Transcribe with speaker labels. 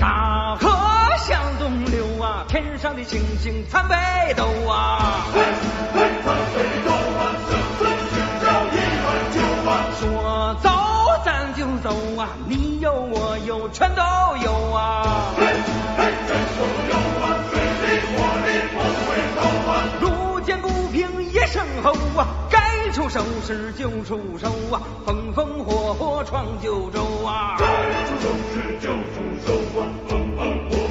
Speaker 1: 啊上的情景参北斗啊！说走咱就走啊，你有我有全都有啊。路见不平一声吼啊，该出手时就出手啊，风风火火闯九州啊。
Speaker 2: 出手时就出手啊，风风火啊